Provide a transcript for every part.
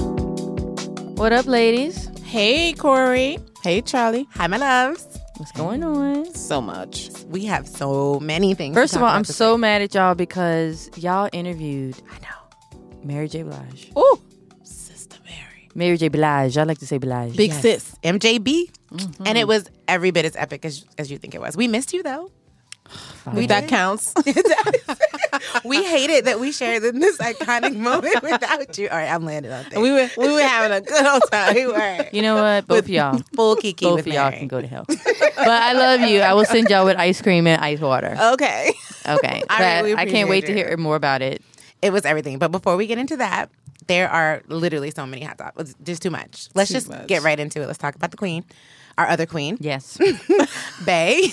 What up, ladies? Hey, Corey. Hey, Charlie. Hi, my loves. What's going on? So much. We have so many things. to First of talk all, about I'm this so week. mad at y'all because y'all interviewed I know. Mary J. Blige. Ooh, Sister Mary. Mary J. Blige. Y'all like to say Blige. Big Yes. sis, Mm-hmm. MJB. And it was every bit as epic as, as you think it was. We missed you though. We that counts. we hated that we shared in this iconic moment without you. All right, I'm landing on things. We were we were having a good old time. We were You know what? Both of y'all. full kiki Both with of y'all Mary. can go to hell. but I love you. I will send y'all with ice cream and ice water. Okay. Okay. I But really I can't wait to appreciate it. hear more about it. It was everything. But before we get into that, there are literally so many hot topics. It's Just too much. Let's just get right into it. Let's talk about the queen, our other queen, Yes. Bay.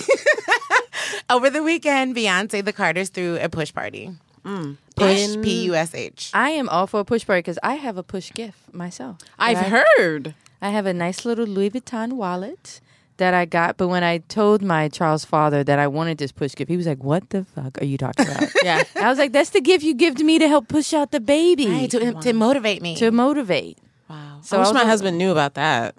Over the weekend, Beyonce the Carters threw a push party. Mm. Push P U S H. I am all for a push party because I have a push gift myself. I've That I- heard. I have a nice little Louis Vuitton wallet that I got, but when I told my Charles father that I wanted this push gift, he was like, "What the fuck are you talking about?" Yeah. I was like, "That's the gift you give to me to help push out the baby Hey, to, to, to motivate me. motivate." wow. So I wish was my like, husband knew about that.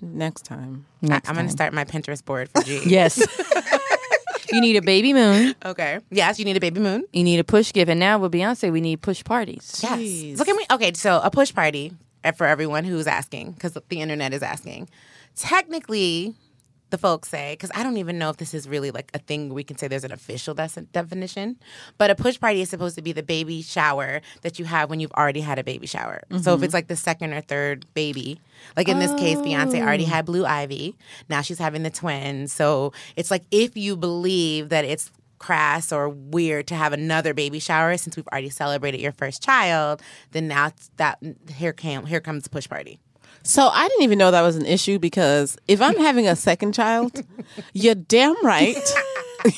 Next time. I, Next am going time. to start my Pinterest board for G. Yes. you need a baby moon. Okay. Yes, you need a baby moon. You need a push gift, and now with Beyonce, we need push parties. Yes. So can we? Okay, so a push party uh, for everyone who's asking, because the internet is asking. Technically, the folks say, because I don't even know if this is really like a thing we can say there's an official des- definition, but a push party is supposed to be the baby shower that you have when you've already had a baby shower. So if it's like the second or third baby, like in this case, Beyonce already had Blue Ivy. Now she's having the twins. So it's like if you believe that it's crass or weird to have another baby shower since we've already celebrated your first child, then now it's that here came here comes the push party. So I didn't even know that was an issue because if I'm having a second child, you're damn right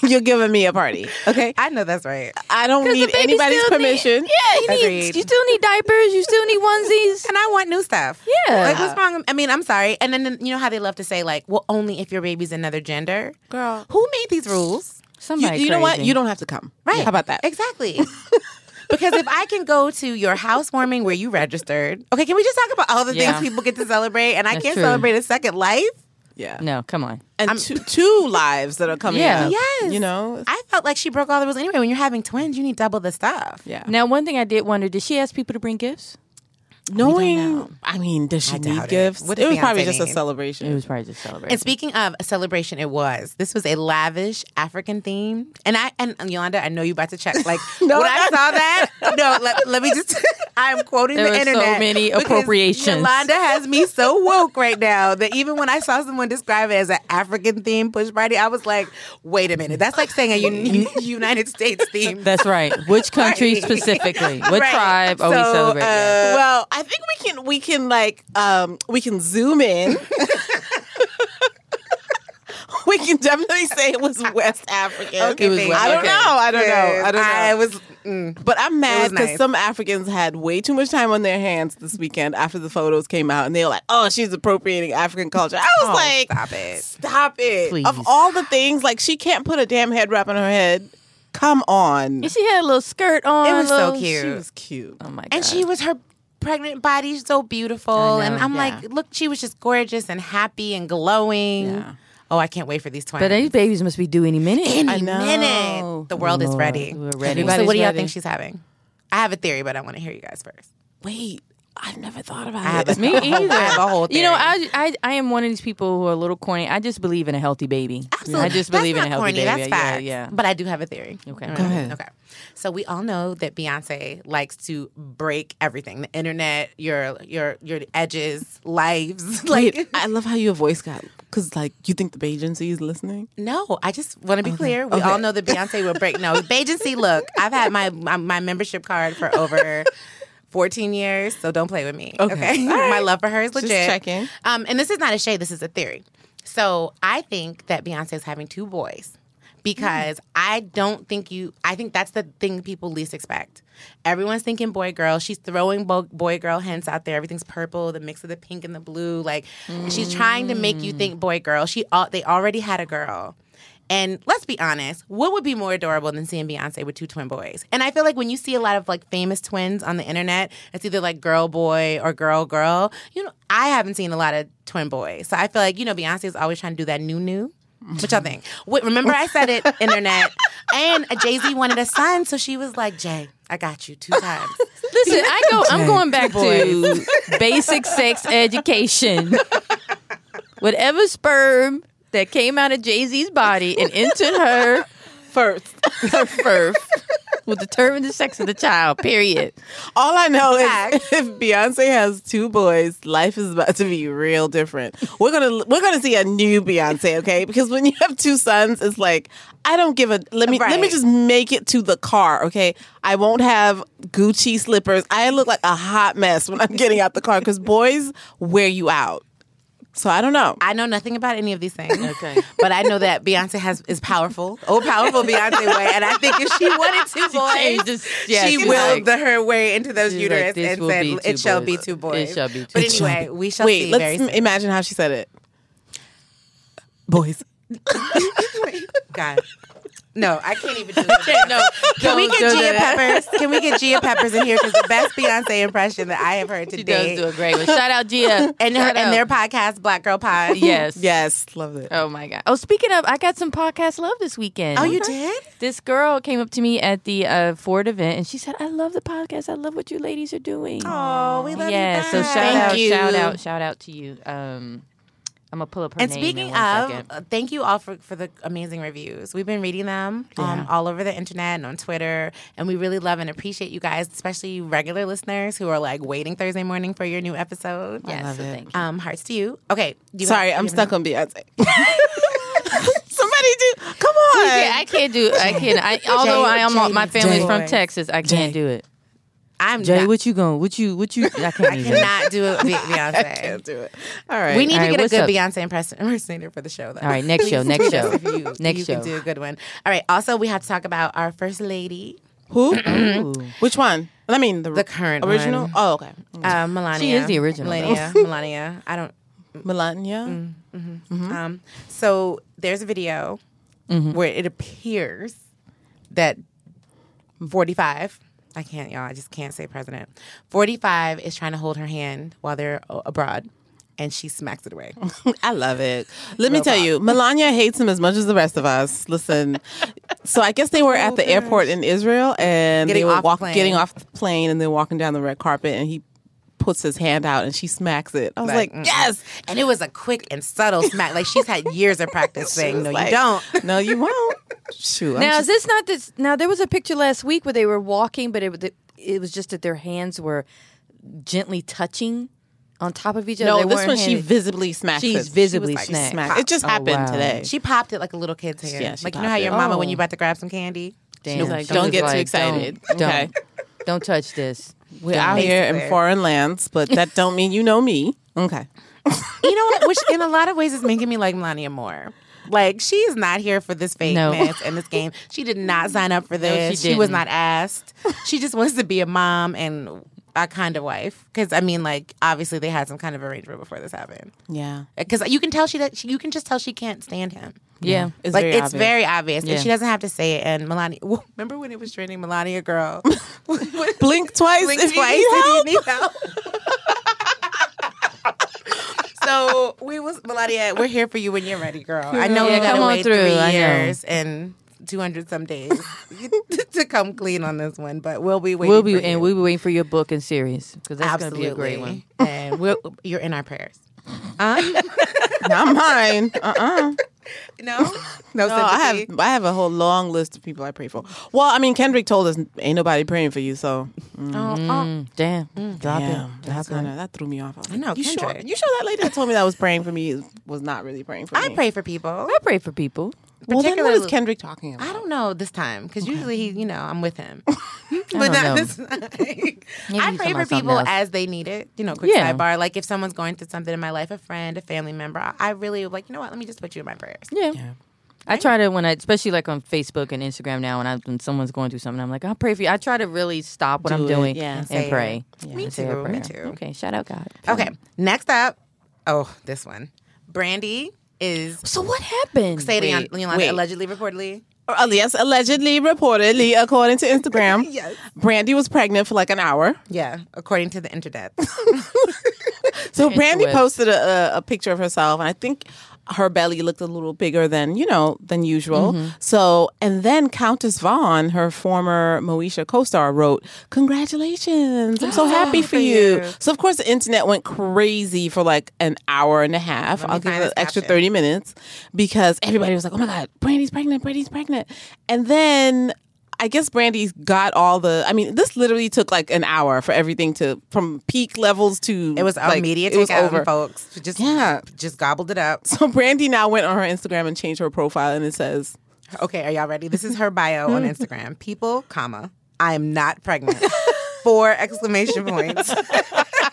you're giving me a party. Okay. I know that's right. I don't need anybody's permission. yeah, you, Agreed. need, you still need diapers. You still need onesies. And I want new stuff. Yeah. Like what's wrong? I mean, I'm sorry. And then you know how they love to say like, well, only if your baby's another gender. Girl. Who made these rules? You, Somebody you know what? crazy. You don't have to come. Right. How about that? Exactly. because if I can go to your housewarming where you registered, okay, can we just talk about all the Yeah. things people get to celebrate and I That's can't true. celebrate a second life? Yeah. No, come on. And two, two lives that are coming Yeah. up. Yes. You know? I felt like she broke all the rules anyway. When you're having twins, you need double the stuff. Yeah. Now, one thing I did wonder: Did she ask people to bring gifts? know. Knowing, I mean, does she doubt need it. gifts? What it does was probably Beyonce just need? a celebration. It was probably just celebrating. And speaking of a celebration, it was. This was a lavish African theme. And I and Yolanda, I know you about to check. Like No, when I no. saw that, no, let, let me just I'm quoting There the were so internet. many because appropriations. Yolanda has me so woke right now that even when I saw someone describe it as an African theme push party, I was like, wait a minute. That's like saying a un- United States theme. That's right. Which country Right. specifically? What Right. tribe are we So, celebrating? uh, well, I think we can we can like um we can zoom in. we can definitely say it was West African. Okay, It was thank West- I you. don't Okay. know. I don't know. I don't know. I was mm. but I'm mad was because nice. some Africans had way too much time on their hands this weekend after the photos came out, and they were like, "Oh, she's appropriating African culture." I was Oh, like, stop it. "Stop it!" Please. Of all the things, like she can't put a damn head wrap on her head. Come on, uh, she had a little skirt on. It was so little- cute. she was cute. Oh my god! and she was her pregnant body so beautiful I know, and i'm yeah. like look she was just gorgeous and happy and glowing Yeah. oh i can't wait for these twins but these babies must be due any minute. any I know. minute the world is Lord, ready we're ready. so what do Everybody's y'all ready. think she's having i have a theory but i want to hear you guys first Wait, I've never thought about i have it. a Me either. I have a whole theory. You know, I, I I am one of these people who are a little corny. I just believe in a healthy baby. Absolutely. I just That's believe in not a healthy corny, baby. That's yeah, facts. yeah. But I do have a theory. Okay. All Go ahead. Okay. So we all know that Beyonce likes to break everything: the internet, your your your edges, lives. Wait, I love how your voice got because like you think the agency is listening. No, I just want to be clear. We all know that Beyonce will break. No, the agency. Look, I've had my, my my membership card for over. 14 years, so don't play with me. Okay. My love for her is legit. checking. Um, and this is not a shade, this is a theory. So I think that Beyonce is having two boys because I don't think you, I think that's the thing people least expect. Everyone's thinking boy girl. She's throwing bo- boy girl hints out there. Everything's purple, the mix of the pink and the blue. Like she's trying to make you think boy girl. She al- They already had a girl. And let's be honest, what would be more adorable than seeing Beyonce with two twin boys? And I feel like when you see a lot of like famous twins on the internet, it's either like girl boy or girl girl. You know, I haven't seen a lot of twin boys, so I feel like you know Beyonce is always trying to do that new new. What y'all think? Wait, remember I said it, internet. And Jay Z wanted a son, so she was like, Jay, I got you two times. Listen, I go. I'm going back to basic sex education. Whatever sperm that came out of Jay Z's body and entered her First, her firth will determine the sex of the child. Period. all I know Facts. is if Beyonce has two boys, life is about to be real different. We're gonna we're gonna see a new Beyonce, okay? Because when you have two sons, it's like I don't give a let me let me Right. just make it to the car, okay? I won't have Gucci slippers. I look like a hot mess when I'm getting out the car because boys wear you out. So I don't know. I know nothing about any of these things. Okay. But I know that Beyonce has is powerful. Oh, powerful Beyonce way. And I think if she wanted two She boys, just- yeah, she she's willed like- the, her way into those She's uterus like, "This and will said, be "It two shall be boys. two boys." It shall be two But boys. anyway, we shall Wait, see very let's soon. m- imagine how she said it. Boys. God. No, I can't even do it. No, Can we don't get do Gia that. Peppers? Can we get Gia Peppers in here? Because the best Beyonce impression that I have heard She today, does do a great one. Shout out Gia and her Shout out. and their podcast, Black Girl Pod. yes Yes, love it. Oh my god! Oh, speaking of, I got some podcast love this weekend. Oh, you did? This girl came up to me at the uh, Ford event, and she said, "I love the podcast. I love what you ladies are doing." Oh, we love yeah. you. So guys. shout out, shout out, shout out to you. Um, I'm gonna pull up her And name. speaking in one of, second. uh, thank you all for, for the amazing reviews. We've been reading them um, all over the internet and on Twitter, and we really love and appreciate you guys, especially you regular listeners who are like waiting Thursday morning for your new episode. yes, love so it. thank you. Um, hearts to you. Okay. do you Sorry, have- I'm do you have stuck on Beyonce. Somebody do. Come on. Yeah, I can't do. I can't. I, although I am, Jay, my family's Jay. from Texas. I can't do it. I'm Jay, not, what you going? What you? What you? I can't even. cannot do it, Be- Beyonce. can't do it. All right. We need All right, to get a what's good up? Beyonce impress- impersonator for the show, though. All right, next show. Next show. If you, Next you show. can do a good one. All right. Also, we have to talk about our first lady, who? Ooh. Oh. Which one? I mean, the, the current original. one. Oh, okay. Uh, Melania. She is the original, though. Melania. Melania. I don't. Melania. Mm. Um, so there's a video Mm-hmm. where it appears that 45, I can't, y'all, I just can't say president. 45 is trying to hold her hand while they're a- abroad and she smacks it away. I love it. Let me tell you, Melania hates him as much as the rest of us. Listen. so I guess they were at the airport in Israel and Oh, Getting they were off walk, plane. getting off the plane and then walking down the red carpet and he puts his hand out and she smacks it. I was Like, like, mm-mm. yes. And it was a quick and subtle smack. Like she's had years of practice saying, no, you don't. No, you won't. Shoot. I'm Now just- is this not this? Now there was a picture last week where they were walking, but it was- it was just that their hands were gently touching on top of each other. no, They this weren't one she handed- visibly smacks it. she's She was visibly like, snagged. smacked. It just Oh, happened wow. today. She popped it like a little kid's hand. Yeah, she like, you know how popped your it. mama, Oh. when you about to grab some candy? Damn, She's like, she don't was get too "Don't- excited, Don't, okay?" don't touch this. We're out here in Basically. foreign lands, but that don't mean you know me. Okay. you know what? Which in a lot of ways is making me like Melania Moore. Like she is not here for this fake No. mess and this game. She did not sign up for this. she she, was didn't. not asked. She just wants to be a mom and a kind of wife. Because I mean, like obviously they had some kind of arrangement before this happened. Yeah. Because you can tell she that she, you can just tell she can't stand him. Yeah, It's like very it's obvious. very obvious, Yeah. and she doesn't have to say it. And Melania, remember when it was trending, Melania girl, blink Blink twice if you twice if need you help. need help. so we was Melania. We're here for you when you're ready, girl. I know Mm-hmm. Yeah, you gotta come on wait through, I three know. years and two hundred some days to come clean on this one, but we'll be waiting. we'll be for you. and we'll be waiting for your book and series because that's going to absolutely, be a great one. and we'll, you're in our prayers. Not mine. Uh-uh. No, no, No, I sympathy? have I have a whole long list of people I pray for. Well, I mean, Kendrick told us ain't nobody praying for you, so Uh, Mm, damn, drop yeah, it. that's Drop kinda, it. that threw me off. I, was like, know, You sure? Kendrick. You sure that lady that told me that was praying for me was not really praying for I me? Mm-hmm. pray for people. I pray for people. Well, then what is particularly- Kendrick talking about? I don't know this time because usually he, you know, I'm with him, don't but know. not this time. I he's pray talking for about something people else. as they need it. You know, quick Yeah. sidebar. Like if someone's going through something in my life, a friend, a family member, I- I really like. You know what? Let me just put you in my prayers. Yeah. I try to when I, especially like on Facebook and Instagram now, when I when someone's going through something, I'm like, I'll pray for you. I try to really stop what Do I'm it, doing yeah. and Say it. pray. Me and say a too, me prayer. too. Okay, shout out God. Okay, next up. Oh, this one, Brandy is So what happened? say to Yon- Wait, Yolanda wait. allegedly, reportedly. Uh, yes, allegedly, reportedly, according to Instagram, yes. Brandy was pregnant for like an hour. Yeah, according to the internet. So Brandy Interwebs. posted a, a, a picture of herself, and I think her belly looked a little bigger than you know than usual. Mm-hmm. So, and then Countess Vaughn, her former Moesha co-star, wrote, "Congratulations! I'm Oh, so happy for you. So, of course, the internet went crazy for like an hour and a half. I'll give find it an this extra caption. thirty minutes because everybody was like, "Oh my God, Brandy's pregnant! Brandy's pregnant!" And then. I guess Brandy got all the. I mean, this literally took like an hour for everything to from peak levels to It was our like, media It was takeout, over. folks. We Just Yeah. just gobbled it up. So Brandy now went on her Instagram and changed her profile, and it says, Okay, are y'all ready? This is her bio on Instagram. People, comma, I am not pregnant. Four exclamation points.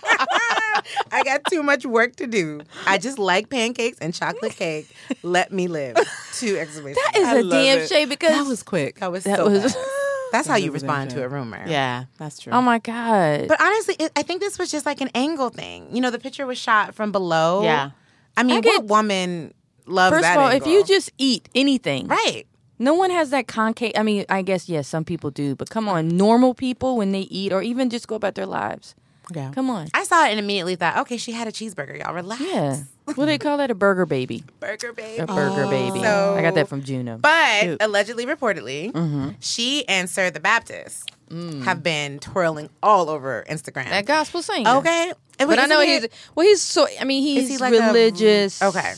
I got too much work to do. I just like pancakes and chocolate cake. Let me live. Two exclamation that is I a love damn it. shame because "That was quick." That was that so was- bad. That's how you was respond to a insane. rumor. Yeah, that's true. oh my god. But honestly, it, I think this was just like an angle thing. You know, the picture was shot from below. Yeah. I mean, I get- what woman loves First that of all, if angle? you just eat anything, Right. no one has that concave. I mean, I guess yes, some people do, but come on, normal people when they eat or even just go about their lives. Yeah. Come on. I saw it and immediately thought, okay, she had a cheeseburger, y'all. Relax. Yeah. What do they call that? A burger baby. Burger, babe. A burger baby. Oh, So- I got that from Mm-hmm. Juno. But allegedly, reportedly, she and Sir the Baptist have been twirling all over Instagram. Mm. that gospel singer. okay. And But I isn't know it- he's well. He's so. I mean, he's he like a- religious. Okay.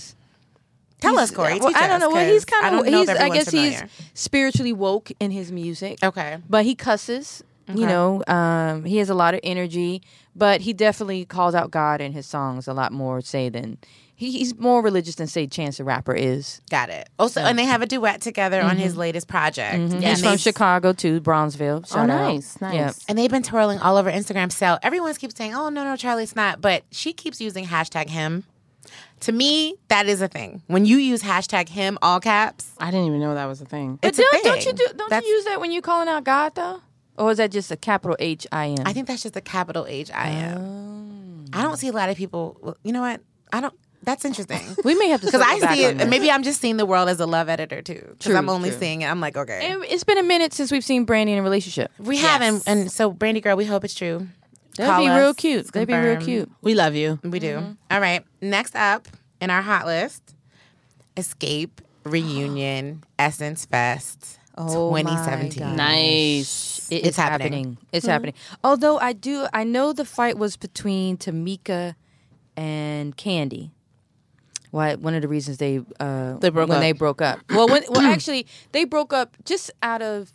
Tell us, Corey. Well, teach I don't us, know. Well, he's 'cause I kind of. don't know if He's. I everyone's guess familiar. he's spiritually woke in his music. Okay. But he cusses. You know, um, he has a lot of energy, but he definitely calls out God in his songs a lot more, say, than he, he's more religious than, say, Chance the Rapper is. Got it. Also, and they have a duet together on his latest project. Yeah, Mm-hmm. Oh, He's and from they've- Chicago, too, Bronzeville. Shout out. nice, nice. Yep. And they've been twirling all over Instagram. So everyone keeps saying, oh, no, no, Charlie, it's not. But she keeps using hashtag him. To me, that is a thing. When you use hashtag him, all caps, I didn't even know that was a thing. But It's a don't, don't you thing. do, don't That's- you use that when you're calling out God though, or is that just a capital H I M? I think that's just a capital H I am. Oh. I don't see a lot of people. well, You know what? I don't. That's interesting. We may have to Because I circle back see on it. that. Maybe I'm just seeing the world as a love editor too. Because True, I'm only true. seeing it. I'm like, okay, It- It's been a minute since we've seen Brandy in a relationship. we haven't. And so, Brandy girl, we hope it's true. That'd Call be us. real cute. It's That'd be real confirmed. cute. We love you. We do. Mm-hmm. All right. Next up in our hot list, Escape Reunion Essence Fest Oh my 2017. God. Nice. It- It's it's, happening. happening. Mm-hmm. It's happening. Although I do, I know the fight was between Tamika and Candy. Why? One of the reasons they uh, They broke when up. they broke up. Well, when, well, actually, they broke up just out of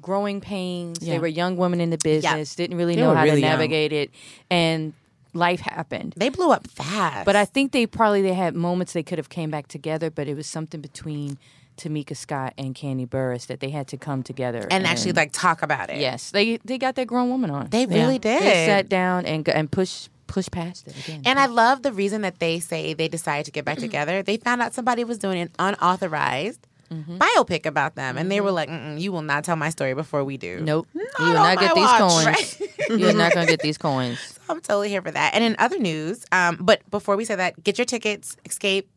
growing pains. They Yeah. were young women in the business, didn't really They know were how really to young. navigate it, and life happened. They blew up fast. But I think they probably they had moments they could have came back together, but it was something between Tamika Scott and Candy Burris that they had to come together and actually like talk about it. Yes, they they got that grown woman on. They really did. They sat down and go- and push push past it again. And I love the reason that they say they decided to get back together. They found out somebody was doing an unauthorized Mm-hmm. biopic about them, and they were like, Mm-mm, "You will not tell my story before we do." nope, you will on not my get these watch. coins. Right? You're not gonna get these coins. I'm totally here for that. And in other news, um, but before we say that, get your tickets. Escape,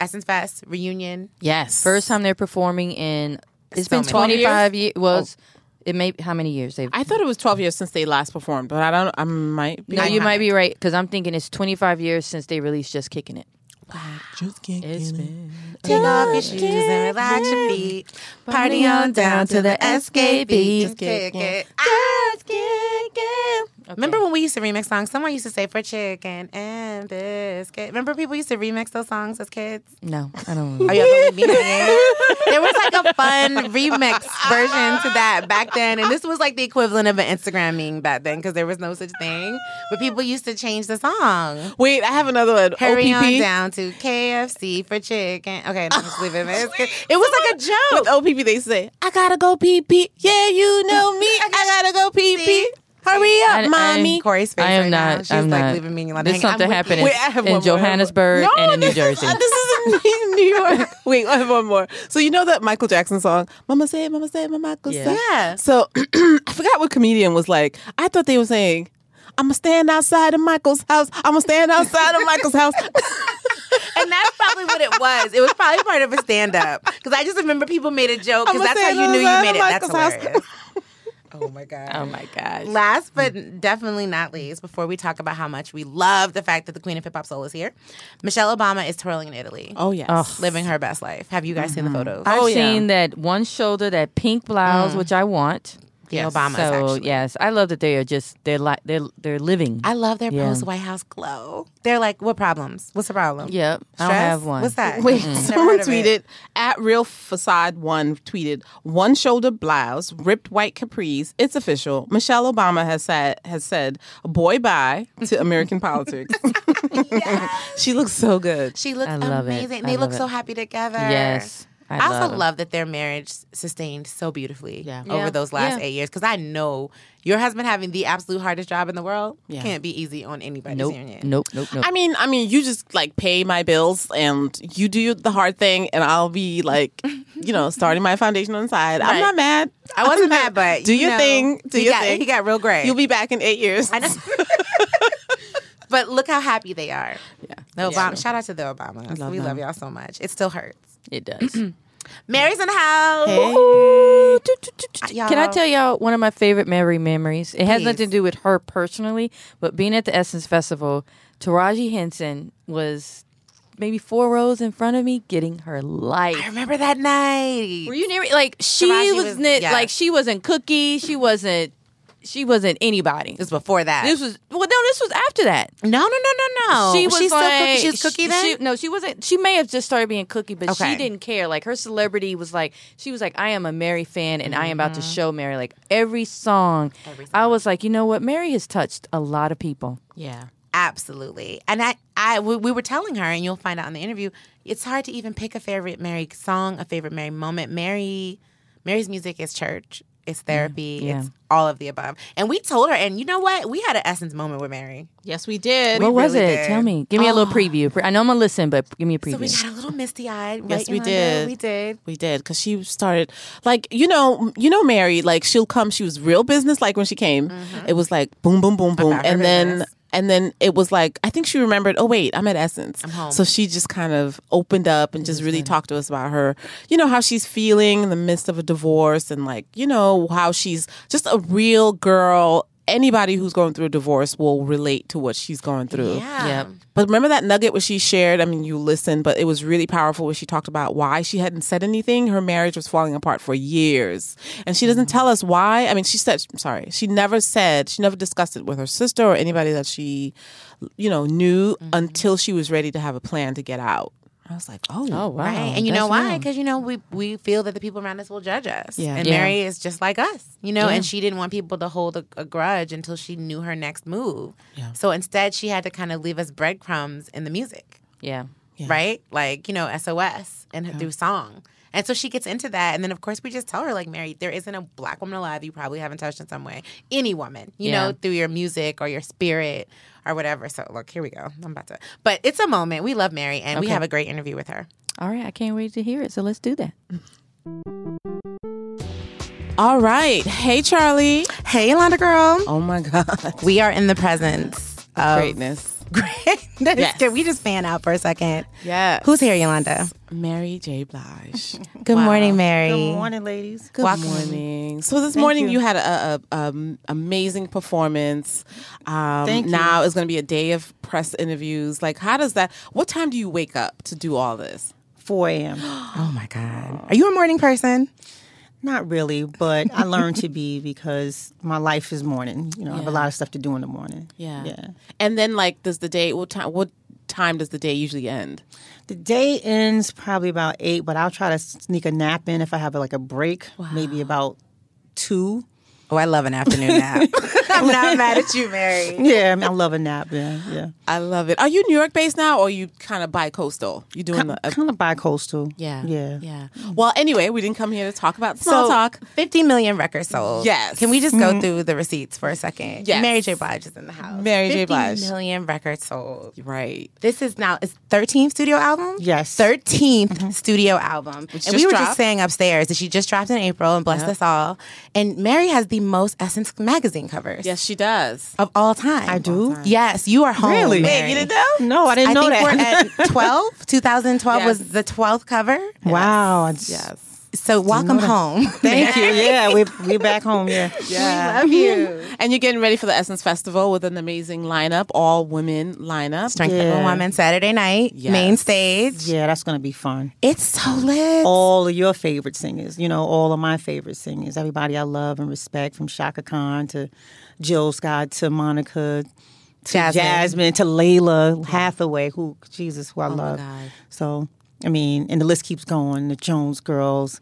Essence Fest reunion. Yes. First time they're performing in it's So been many 25 years. Well, it's- it may how many years they've. I thought it was 12 years since they last performed, but I don't. I might be. no, you I- might be right because I'm thinking it's 25 years since they released "Just Kicking It." just can't It's get it. been Take off your shoes and relax your feet. Party on down to the SKB. Just kick it. Ah, Just kick it. Remember when we used to remix songs? Someone used to say for chicken and biscuit. Remember people used to remix those songs as kids? no, I don't. Are y'all gonna Oh, leave me hanging? There was like a fun remix version to that back then, and this was like the equivalent of an Instagram meme back then because there was no such thing. But people used to change the song. Wait, I have another one. Hurry OPP. on down to KFC for chicken. Okay, no, just leave it. It's- It was like a joke. With OPP, they say, "I gotta go pee pee." Yeah, you know me. I gotta go pee pee. Hurry up, I- I- mommy. Corey's face I am right now. not. She's I'm like not. leaving me alone. There's hanging. I'm something with- happening Wait, I have in one more. Johannesburg No, and in New this is- Jersey. Uh, this is in New York. Wait, I have one more. So you know that Michael Jackson song, "Mama Said, Mama Said, Mama Go Yeah. Say." Yeah. So I forgot what comedian was like. I thought they were saying, "I'ma stand outside of Michael's house. I'ma stand outside of Michael's house." And and that's probably what it was. It was probably part of a stand up because I just remember people made a joke I'm because a that's how you stand-up knew you at made it. That's Michael's house. hilarious. oh my god. Oh my gosh. Last but definitely not least, before we talk about how much we love the fact that the Queen of Hip Hop Soul is here, Michelle Obama is touring in Italy, Oh yes. living her best life. Have you guys seen the photos? I've Oh, yeah. seen that one shoulder, that pink blouse, which I want. the Obamas, so actually. yes, I love that they are just they're like they're they're living. I love their Yeah. post White House glow. They're like, what problems? What's the problem? yep, I don't Stress? have one. What's that? Wait, Mm. Never someone heard of it. tweeted at Real Facade One tweeted one shoulder blouse, ripped white capris. It's official. Michelle Obama has said has said boy bye to American politics. she looks so good. She looks I love it. amazing. I They love look it. so happy together. Yes, I, I, also love it. love, that their marriage sustained so beautifully Yeah. over Yeah. those last Yeah. eight years. Because I know your husband having the absolute hardest job in the world Yeah. can't be easy on anybody's Nope, union. nope, nope, nope. I mean, I mean, you just like pay my bills and you do the hard thing, and I'll be like, you know, starting my foundation on the side. I'm Right. not mad. I wasn't mad, but do you your know, thing. Do he your got, thing. He got real gray. You'll be back in eight years. I know. but look how happy they are. Yeah. The Obama, Shout out to the Obamas. we love y'all so much. It still hurts. it does. Mary's in the house. Ooh, do, do, do, do. Y'all- Can I tell y'all one of my favorite memory memories? It has Please. nothing to do with her personally, but being at the Essence Festival, Taraji Henson was maybe four rows in front of me getting her life. I remember that night. Were you near? Like she Taraji was, was- knit- yeah. like she wasn't Cookie. She wasn't. She wasn't anybody. This was before that. This was well, no. This was after that. no, no, no, no, no. she was Oh, She's still like, cookie. She was cookie she- then. she- no, she wasn't. She may have just started being cookie, but Okay. she didn't care. Like her celebrity was like, she was like, I am a Mary fan, and I am about to Mm-hmm. show Mary. Like every song, I was like, you know what, Mary has touched a lot of people. yeah. Absolutely. And I, I, we, we were telling her, and you'll find out in the interview, it's hard to even pick a favorite Mary song, a favorite Mary moment. Mary, Mary's music is church, it's therapy, Mm, Yeah. it's all of the above. And we told her, and you know what? We had an essence moment with Mary. Yes, we did. What was really it? did. Oh. Tell me. Give me a little preview. Pre- I know I'm gonna listen, but give me a preview. So we got a little misty eyed. Yes, we did. We did. We did because she started like you know you know Mary like she'll come she was real business like when she came Mm-hmm. it was like boom boom boom boom her and then business. and then it was like I think she remembered oh wait I'm at Essence I'm home. Mm-hmm. so she just kind of opened up and just really talked to us about her you know how she's feeling in the midst of a divorce and like you know how she's just a real girl anybody who's going through a divorce will relate to what she's going through Yeah. Yep. but remember that nugget where she shared? I mean, you listened, but it was really powerful where she talked about why she hadn't said anything. Her marriage was falling apart for years. And she doesn't tell us why. I mean, she said, I'm sorry, she never said, she never discussed it with her sister or anybody that she, you know, knew until she was ready to have a plan to get out. I was like, oh, oh wow! Right. and you know That's why? real. Because, you know, we, we feel that the people around us will judge us. Yeah. And Yeah. Mary is just like us, you know, and she didn't want people to hold a, a grudge until she knew her next move. So instead, she had to kind of leave us breadcrumbs in the music, Yeah. right? Like, you know, SOS and through song. And so she gets into that. And then, of course, we just tell her, like, Mary, there isn't a black woman alive you probably haven't touched in some way. Any woman, you Yeah. know, through your music or your spirit or whatever. So, look, here we go. I'm about to. But it's a moment. We love Mary and we have a great interview with her. All right. I can't wait to hear it. So let's do that. all right. Hey, Charlie. Hey, Yolanda girl. Oh my God. We are in the presence of Greatness. greatness. Can we just fan out for a second? Yeah. Who's here, Yolanda? Mary J. Blige. Good morning, Mary. Good morning, ladies. Good morning. So this morning you. had a, a, um, amazing performance. Um, Thank you. Now is going to be a day of press interviews. Like, how does that? What time do you wake up to do all this? 4 a.m. Oh my God. Are you a morning person? Not really, but I learned to be because my life is morning. You know, I have a lot of stuff to do in the morning. Yeah. And then like, does the day? What time? What time does the day usually end? The day ends probably about eight, but I'll try to sneak a nap in if I have like a break, maybe about two. Oh, I love an afternoon nap. I'm not mad at you, Mary. Yeah, I, mean, I love a nap. Yeah, yeah. I love it. Are you New York based now, or are you kind of bi-coastal? You doing the Kind of bi-coastal. yeah, yeah, yeah. Well, anyway, we didn't come here to talk about small So, talk. 50 million records sold. Yes. Can we just go through the receipts for a second? Yes. Mary J. Blige is in the house. Mary J. 50 Blige. million records sold. Right. This is now its 13th studio album. Yes. Mm-hmm. 13th studio album. and just we were dropped. just saying upstairs that she just dropped in April and blessed us all. And Mary has the most Essence magazine covers Yes, she does. of all time. I do? Yes, you are home. Really? Wait, Mary. You didn't know? Oh, No, I didn't I know think that. we're at 12. 2012 Yes. was the 12th cover. wow. Yes. So welcome home. Thank you. Yeah, we're, we're back home. Yeah. Yeah. Love you. And you're getting ready for the Essence Festival with an amazing lineup, all women lineup. Strength of a Yeah. Woman Saturday night, main stage. Yeah, that's going to be fun. It's so lit. all of your favorite singers, you know, all of my favorite singers, everybody I love and respect, from Shaka Khan to Jill Scott to Monica to Jasmine. Jasmine, to Layla Hathaway, who, Jesus, who I love. God. So, I mean, and the list keeps going the Jones girls.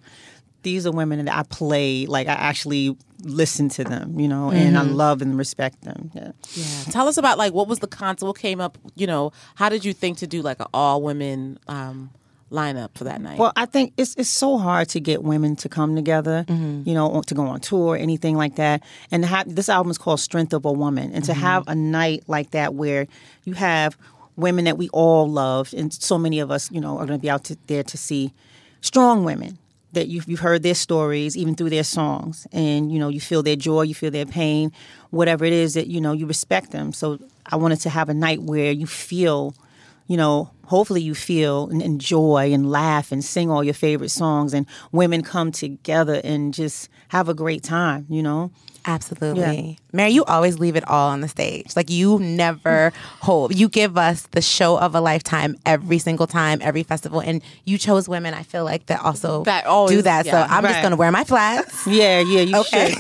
These are women that I play, like, I actually listen to them, you know, and I love and respect them. Yeah. Yeah. Tell us about like what was the concept? What came up? You know, how did you think to do like an all women um, lineup for that night? Well, I think it's it's so hard to get women to come together, you know, or to go on tour, anything like that. And to have, this album is called Strength of a Woman, and to have a night like that where you have women that we all love, and so many of us, you know, are going to be out to, there to see strong women that you've, you've heard their stories even through their songs and you know you feel their joy you feel their pain whatever it is that you know you respect them so i wanted to have a night where you feel you know, hopefully you feel and enjoy and laugh and sing all your favorite songs and women come together and just have a great time, you know? Absolutely. Mary, you always leave it all on the stage. Like you never hold. You give us the show of a lifetime every single time, every festival. And you chose women, I feel like, that also That always- do that. So yeah. I'm just Right. going to wear my flats. Yeah, yeah, you Okay.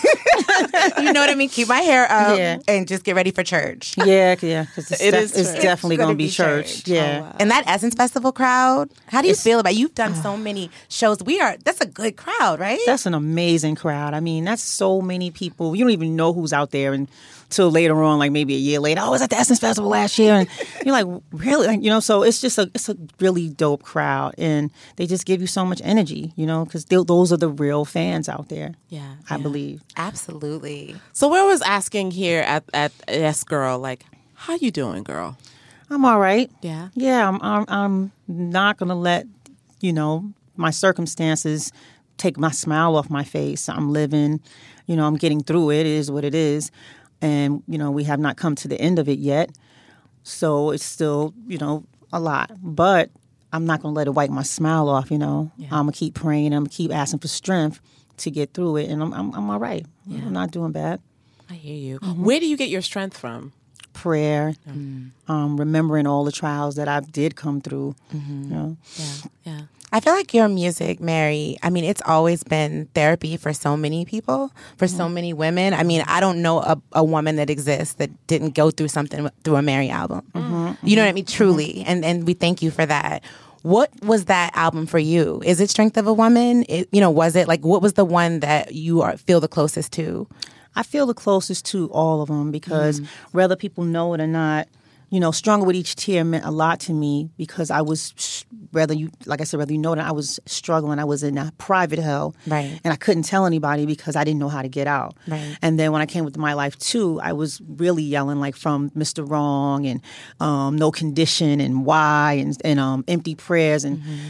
you know what I mean? Keep my hair up Yeah. and just get ready for church. should. Yeah, yeah. 'cause it's, It def- is it's church. definitely It's going gonna to be be church. Oh, church. Oh, Yeah. And that Essence Festival crowd, how do you feel about You've done ah. so many shows. We are, that's a good crowd, right? That's an amazing crowd. I mean, that's so many people. You don't even know who's out there until later on, like maybe a year later. Oh, I was at the Essence Festival last year, and you're like, really? Like, you know, so it's just a it's a really dope crowd, and they just give you so much energy, you know, because those are the real fans out there. Yeah, I believe. Absolutely. so we're always asking here at at Yes Girl, like, how you doing, girl? I'm all right. Yeah. Yeah, I'm I'm, I'm not going to let, you know, my circumstances take my smile off my face. I'm living, you know, I'm getting through it. It is what it is. And, you know, we have not come to the end of it yet. So it's still, you know, a lot. But I'm not going to let it wipe my smile off, you know. I'm going to keep praying. I'm going to keep asking for strength to get through it. And I'm, I'm, I'm all right. I'm not doing bad. I hear you. Mm-hmm. Where do you get your strength from? Prayer, Mm-hmm. um, remembering all the trials that I did come through. Mm-hmm. You know? Yeah, yeah. I feel like your music, Mary, I mean, it's always been therapy for so many people, for so Mm-hmm. many women. I mean, I don't know a, a woman that exists that didn't go through something through a Mary album. Mm-hmm. You know what I mean? Truly. And, and we thank you for that. What was that album for you? Is it Strength of a Woman? It, you know, was it like, what was the one that you are, feel the closest to? I feel the closest to all of them because Mm-hmm. whether people know it or not, you know, Stronger with Each Tear meant a lot to me because I was, whether you, like I said, whether you know it, or not, I was struggling. I was in a private hell. Right. And I couldn't tell anybody because I didn't know how to get out. Right. And then when I came with My Life too, I was really yelling like from Mr. Wrong and um, No Condition and Why and, and um, Empty Prayers and Mm-hmm.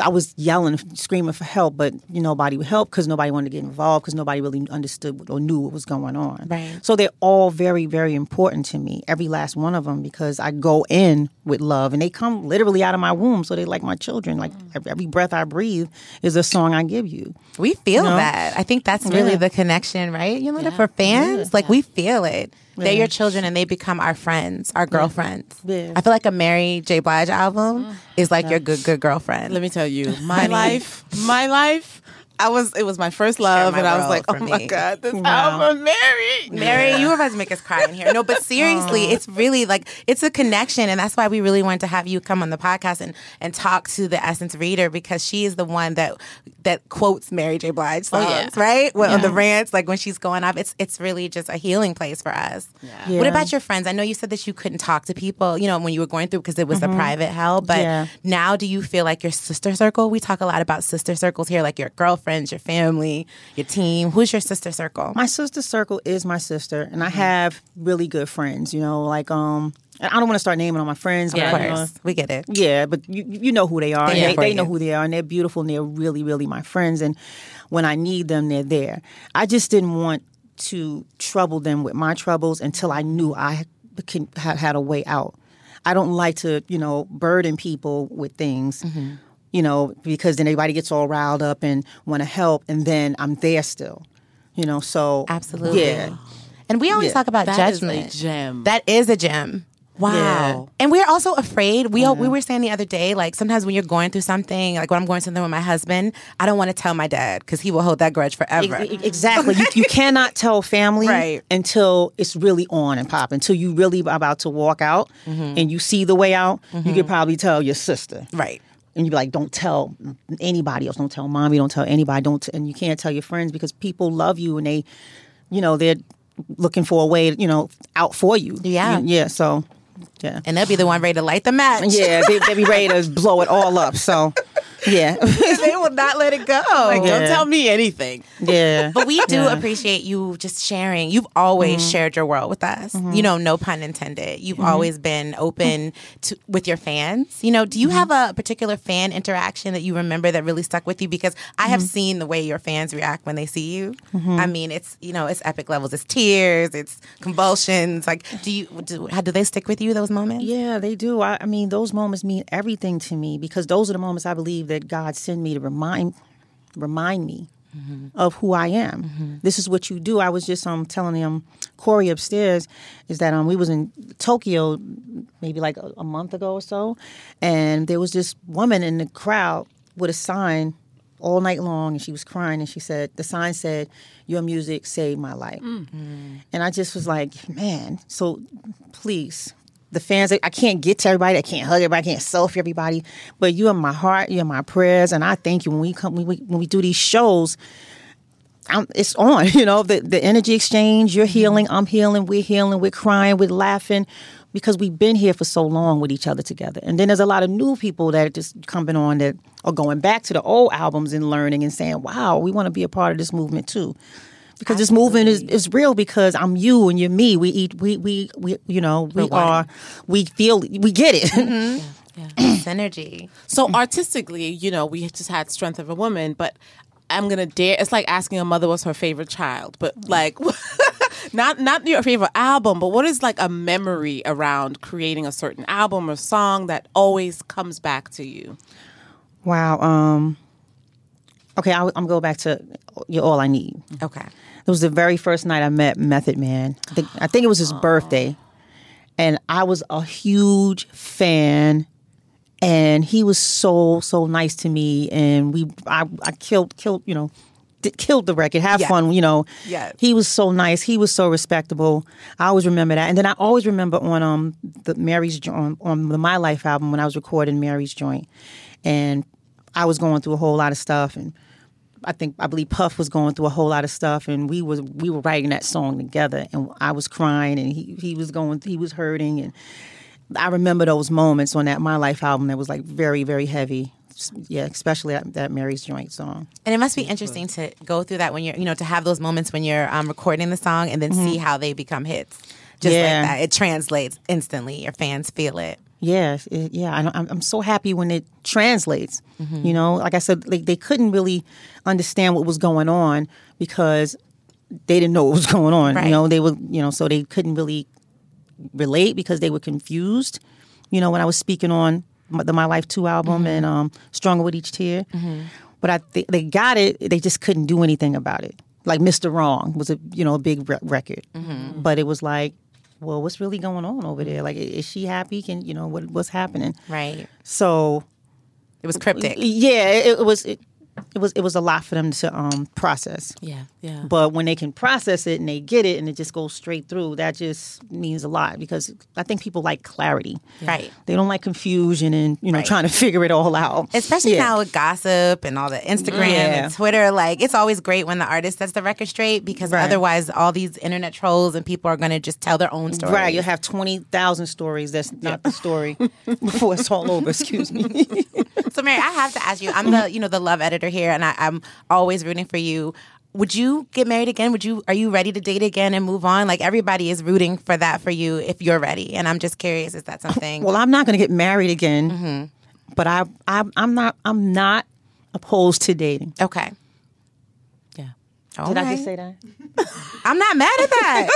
I was yelling, screaming for help, but you know, nobody would help because nobody wanted to get involved because nobody really understood or knew what was going on. Right. So they're all very, very important to me, every last one of them, because I go in with love and they come literally out of my womb. So they're like my children. Like Mm. ev- every breath I breathe is a song I give you. We feel know? that. I think that's really Yeah. the connection, right? You know, that for fans, like we feel it. They're your children, and they become our friends, our girlfriends. Yeah. I feel like a Mary J. Blige album is like your good, good girlfriend. Let me tell you, my life, my life. I was. It was my first love, my and I was world like, for oh my me." god, this album, Mary. Mary, you were about to make us cry in here. No, but seriously, Oh. it's really like it's a connection, and that's why we really wanted to have you come on the podcast and, and talk to the Essence reader because she is the one that that quotes Mary J. Blige Oh, songs, yeah. right? Well, on the rants, like when she's going off, it's it's really just a healing place for us. What Yeah. about your friends? I know you said that you couldn't talk to people, you know, when you were going through because it was a private hell, but Mm-hmm. Yeah. now do you feel like your sister circle? We talk a lot about sister circles here, like your girlfriends, your family, your team. Who's your sister circle? My sister circle is my sister, and I Mm-hmm. have really good friends, you know, like, um, and I don't want to start naming all my friends, of but, you know, course, we get it. Yeah, but you, you know who they are. Yeah. They, they know Yeah. who they are, and they're beautiful, and they're really, really my friends. And when I need them, they're there. I just didn't want to trouble them with my troubles until I knew I can, had, had a way out. I don't like to, you know, burden people with things, you know, because then everybody gets all riled up and want to help, and then I'm there still, you know. So Absolutely. yeah, And we always Yeah. talk about That is a judgment. gem. That is a gem. Wow. Yeah. And we're also afraid. We we were saying the other day, like sometimes when you're going through something, like when I'm going through something with my husband, I don't want to tell my dad because he will hold that grudge forever. E- e- Exactly. you, you cannot tell family Right. until it's really on and pop. Until you really about to walk out and you see the way out, you could probably tell your sister. Mm-hmm. Right. And you'd be like, don't tell anybody else. Don't tell mommy. Don't tell anybody. Don't. T-. And you can't tell your friends because people love you and they, you know, they're looking for a way, you know, out for you. Yeah. And- yeah. So, yeah. And they'll be the one ready to light the match. yeah. They, they be ready to blow it all up. So, yeah. they will not let it go. Like, don't Yeah. tell me anything. yeah. But we do Yeah. Mm-hmm. appreciate you just sharing. You've always shared your world with us. You know, no pun intended. You've always been open to, with your fans. You know, do you Mm-hmm. have a particular fan interaction that you remember that really stuck with you? Because I Mm-hmm. have seen the way your fans react when they see you. I mean, it's you know, it's epic levels. It's tears. It's convulsions. Like, do you do? How do they stick with you those moments? Yeah, they do. I, I mean, those moments mean everything to me because those are the moments I believe that God sent me to remind remind me of who I am. This is what you do. I was just um telling him Corey upstairs is that um we was in Tokyo maybe like a, a month ago or so, and there was this woman in the crowd with a sign all night long, and she was crying, and she said the sign said, "Your music saved my life." And I just was like, man, so please, the fans, I can't get to everybody, I can't hug everybody, I can't selfie everybody, but you in my heart, you in my prayers, and I thank you when we come, when we, when we do these shows. I'm, it's on, you know, the, the energy exchange, you're healing, I'm healing, we're healing, we're crying, we're laughing because we've been here for so long with each other together. And then there's a lot of new people that are just coming on that are going back to the old albums and learning and saying, wow, we want to be a part of this movement too because this movement is, is real because I'm you and you're me. We eat, we we we you know we one. are we feel we get it. Synergy. So artistically, you know, we just had strength of a woman, but I'm gonna dare. It's like asking a mother what's her favorite child, but like, not not your favorite album, but what is like a memory around creating a certain album or song that always comes back to you? Wow. Um. Okay, I'll, I'm go back to uh, you're all I need. Okay. It was the very first night I met Method Man. I think, I think it was his birthday. And I was a huge fan. And he was so, so nice to me. And we, I, I killed, killed, you know, did, killed the record. Have Yeah. fun, you know. Yes. He was so nice. He was so respectable. I always remember that. And then I always remember on um the Mary's Jo- on, on the My Life album when I was recording Mary's Joint. And I was going through a whole lot of stuff and I think I believe Puff was going through a whole lot of stuff, and we was we were writing that song together, and I was crying, and he he was going he was hurting, and I remember those moments on that My Life album that was like very very heavy, yeah, especially that, that Mary's Joint song. And it must be interesting to go through that when you're, you know, to have those moments when you're um, recording the song and then see how they become hits. Just Mm-hmm. Yeah. like that. It translates instantly. Your fans feel it. Yeah, it, yeah. I don't- I'm, I'm so happy when it translates. You know, like I said, like they couldn't really understand what was going on because they didn't know what was going on. Right. You know, they were, you know, so they couldn't really relate because they were confused. You know, when I was speaking on my, the My Life Two album and um, Stronger with Each Tear, but I th- they got it. They just couldn't do anything about it. Like Mr. Wrong was a you know a big re- record, but it was like, well, what's really going on over there? Like, i- is she happy? Can you know what what's happening? Right. So It was cryptic. yeah, it, it was it, it was it was a lot for them to um process. Yeah, yeah. But when they can process it and they get it and it just goes straight through, that just means a lot because I think people like clarity. Right. They don't like confusion and you know trying to figure it all out. Especially Yeah. now with gossip and all the Instagram Yeah. and Twitter. Like, it's always great when the artist sets the record straight because Right. otherwise, all these internet trolls and people are going to just tell their own story. Right, you'll have 20,000 stories that's not the story before it's all over, excuse me. So, Mary, I have to ask you. I'm the, you know, the love editor here, and I, I'm always rooting for you. Would you get married again? Would you? Are you ready to date again and move on? Like everybody is rooting for that for you if you're ready. And I'm just curious, is that something? Well, I'm not going to get married again, Mm-hmm. but I, I I'm not I'm not opposed to dating. okay. Yeah. Did I Alright. just say that? I'm not mad at that.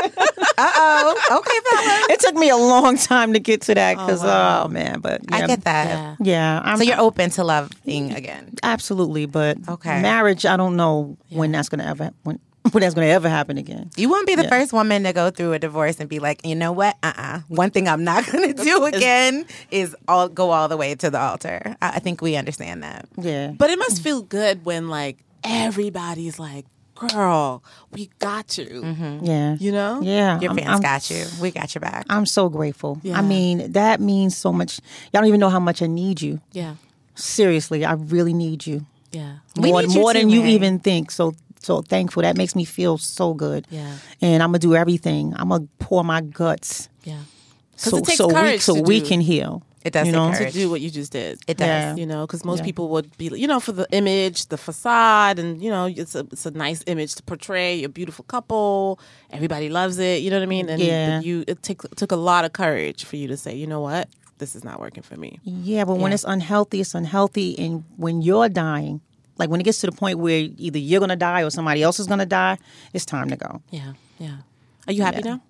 uh oh. Okay, fella. It took me a long time to get to that because oh, man, but yeah. I get that. Yeah. Yeah, I'm So you're open to loving again. absolutely, but Okay. marriage. I don't know when that's gonna ever when when that's gonna ever happen again. You won't be the first woman to go through a divorce and be like, you know what? Uh uh One thing I'm not going to do again is all go all the way to the altar. I, I think we understand that. Yeah, But it must feel good when like everybody's like, "Girl, we got you." yeah, You know? yeah. Mm-hmm. Your I'm- fans I'm- got you. We got your back. I'm so grateful. I mean, that means so much. Y'all don't even know how much I need you. Yeah. Seriously, I really need you. Yeah. We more, need you more too, than you Ray. even think. So so thankful. That makes me feel so good. Yeah. And I'm gonna do everything. I'm gonna pour my guts Yeah. so it takes so we courage so to we do. can heal. It does You take know? courage. To do what you just did. It does. Yeah. You know, because most people would be, you know, for the image, the facade, and you know, it's a it's a nice image to portray. You're a beautiful couple. Everybody loves it. You know what I mean? And Yeah. you, it took took a lot of courage for you to say, you know what, this is not working for me. Yeah, but when it's unhealthy, it's unhealthy. And when you're dying, like when it gets to the point where either you're gonna die or somebody else is gonna die, it's time to go. Yeah. Yeah. Are you happy now?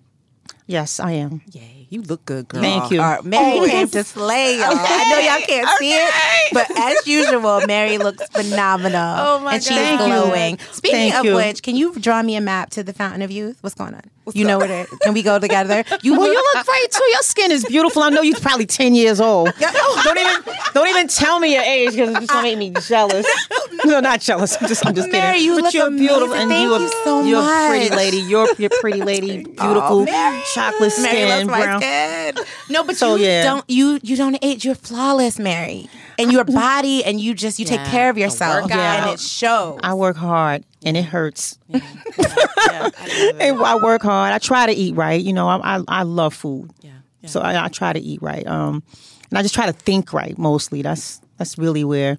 Yes, I am. Yay. You look good, girl. Thank you. All right, Mary came to slay y'all. I know y'all can't see it, but as usual, Mary looks phenomenal. Oh my and she's God. Thank you. glowing. Speaking Thank of you. which, can you draw me a map to the Fountain of Youth? What's going on? you know what it Can we go together? You Well, you look great too. Your skin is beautiful. I know you're probably ten years old. Don't even don't even tell me your age because it's just gonna make me jealous. No, not jealous. I'm just I'm just Mary, kidding. you but look you're beautiful amazing. and Thank you're you so you're a much. Oh, pretty lady. You're you're a pretty lady. Beautiful Mary. chocolate Mary loves skin, my brown. skin. No, but So, you yeah. don't you you don't age. You're flawless, Mary. And your Mm-hmm. body and you just you take Yeah. care of yourself. workout. And it shows. I work hard and it hurts. yeah, I love it. And I work hard. I try to eat right. You know, I I, I love food. Yeah, yeah. So I, I try to eat right. Um, and I just try to think right. Mostly, that's that's really where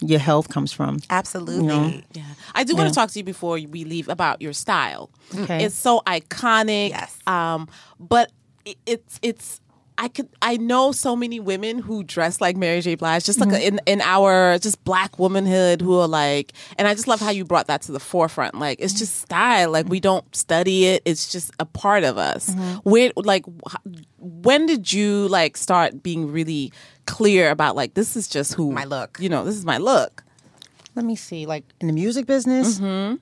your health comes from. Absolutely. Yeah. I do want to talk to you before we leave about your style. Okay. It's so iconic. Yes. Um, but it, it's it's I could I know so many women who dress like Mary J. Blige, just like Mm-hmm. in in our just black womanhood who are like and I just love how you brought that to the forefront. Like it's just style. Like we don't study it. It's just a part of us. Mm-hmm. Where like wh- when did you like start being really clear about like this is just who My look. You know, this is my look. let me see, like in the music business. Mm-hmm.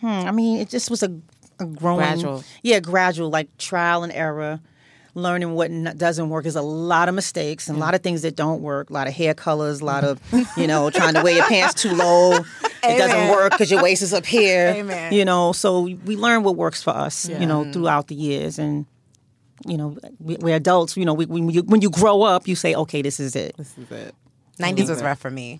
Hmm, I mean, it just was a, a growing, Gradual. yeah, gradual, like trial and error, learning what n- doesn't work. Is a lot of mistakes and a lot of things that don't work. A lot of hair colors, a lot of you know trying to wear your pants too low. It doesn't Amen. work because your waist is up here. Amen. You know, so we learn what works for us. You know, throughout the years and. You know, we- we're adults. You know, we, when, you, when you grow up, you say, "Okay, this is it." This is it. 90s was rough for me.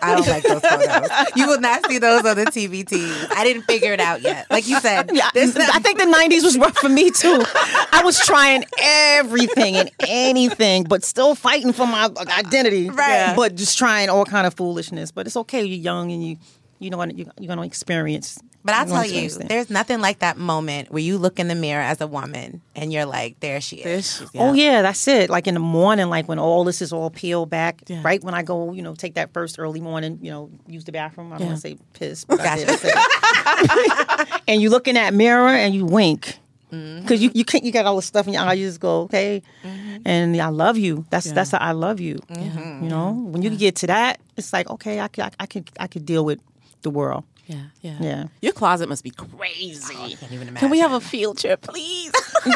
I don't like those photos. You will not see those on the TVT. I didn't figure it out yet. Like you said, Yeah, this I think the '90s was rough for me too. I was trying everything and anything, but still fighting for my identity. Right. But just trying all kind of foolishness. But it's okay. You're young and you, you know, what, you, you're gonna experience. But I'll you're gonna tell you, experience there's nothing like that moment where you look in the mirror as a woman and you're like, there she is. Oh yeah, that's it. Like in the morning, like when all this is all peeled back, Yeah. right when I go, you know, take that first early morning, you know, use the bathroom. I don't Yeah. want to say piss, but I did say it. and you look in that mirror and you wink because you you can't you got all the stuff in your eye. You just go okay, and I love you. That's that's how I love you. You know, when you get to that, it's like okay, I could I, I could I could deal with the world. Yeah. Yeah. Yeah. Your closet must be crazy. even Can we have a field trip, please?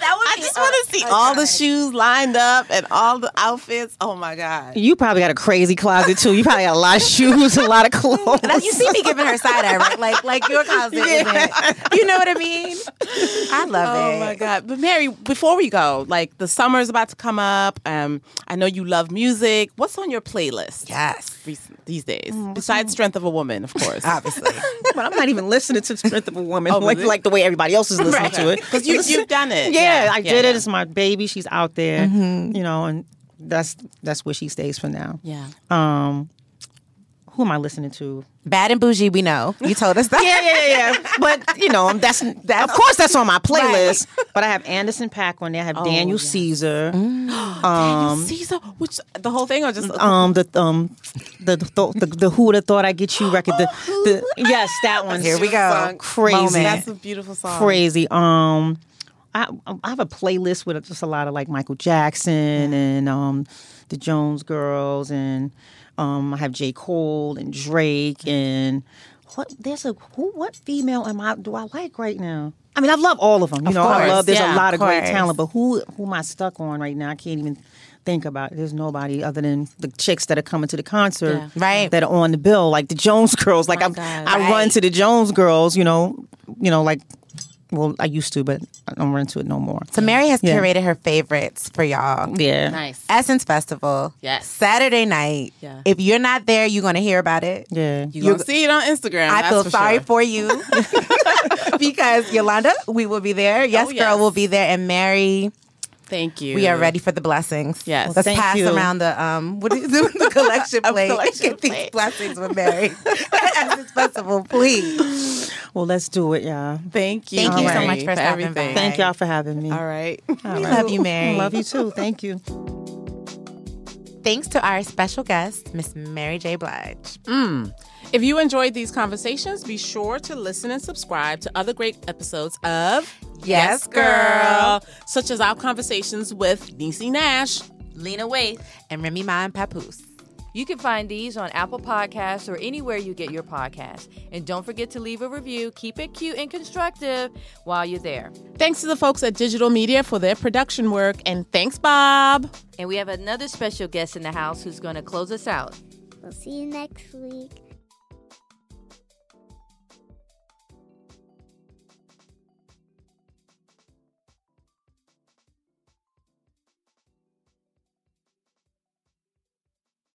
That would I just want to see all the shoes lined up and all the outfits. Oh my god! You probably got a crazy closet too. You probably got a lot of shoes, a lot of clothes. you see me giving her side eye, right? Like, like your closet isn't. You know what I mean? I love it. Oh my god! But Mary, before we go, like the summer is about to come up. Um, I know you love music. What's on your playlist? Yes, recent- These days, besides "Strength of a Woman," of course. obviously. but I'm not even listening to Strength of a Woman like, really? like the way everybody else is listening to it. because you you've done it. Yeah, Mm-hmm. I did yeah. it. It's my baby. She's out there, you know, and that's that's where she stays for now. Yeah. Um, who am I listening to? Bad and bougie, we know. You told us that. Yeah, yeah, yeah, yeah. But you know, that's that. Of course, that's on my playlist. But I have Anderson Pack on there. I have Daniel Caesar. Daniel Caesar, which the whole thing or just Um, the um, the the, the, the Who Woulda Thought I Get You record. The, the yes, that one. Here we go. uh, Crazy. That's a beautiful song. crazy. Um, I I have a playlist with just a lot of like Michael Jackson and um the Jones Girls and um I have J Cole and Drake and what there's a who what female am I do I like right now? I mean I love all of them. You know I course. love there's Yeah, a lot of great course. talent, but who who am I stuck on right now? I can't even think about it. There's nobody other than the chicks that are coming to the concert Yeah. Right. that are on the bill like the Jones Girls. Like I'm, God. I run to the Jones Girls. You know, you know like well, I used to, but I don't run to it no more. So Mary has Yeah. curated her favorites for y'all. Yeah. Nice. Essence Festival. Yes. Saturday night. Yeah. If you're not there, you're gonna hear about it. Yeah. You will see it on Instagram. I that's feel for sorry sure. for you because Yolanda, we will be there. Yes, girl, Oh, yes. we'll be there. And Mary, Thank you. we are ready for the blessings. Yes. Well, let's thank pass you. around the um, what is it, the collection plate? collection Get these blessings with Mary at this festival, please. Well, let's do it, y'all. Thank you. Thank you so Mary, much for stopping by. Oh. everything. Thank y'all for having me. All right. We love you, Mary. Love you too. Thank you. Thanks to our special guest, Miss Mary J. Blige. If you enjoyed these conversations, be sure to listen and subscribe to other great episodes of Yes, Girl. such as our conversations with Niecy Nash. Lena Waith. And Remy Ma and Papoose. You can find these on Apple Podcasts or anywhere you get your podcasts. And don't forget to leave a review. Keep it cute and constructive while you're there. Thanks to the folks at Digital Media for their production work, and thanks, Bob. And we have another special guest in the house who's going to close us out. We'll see you next week.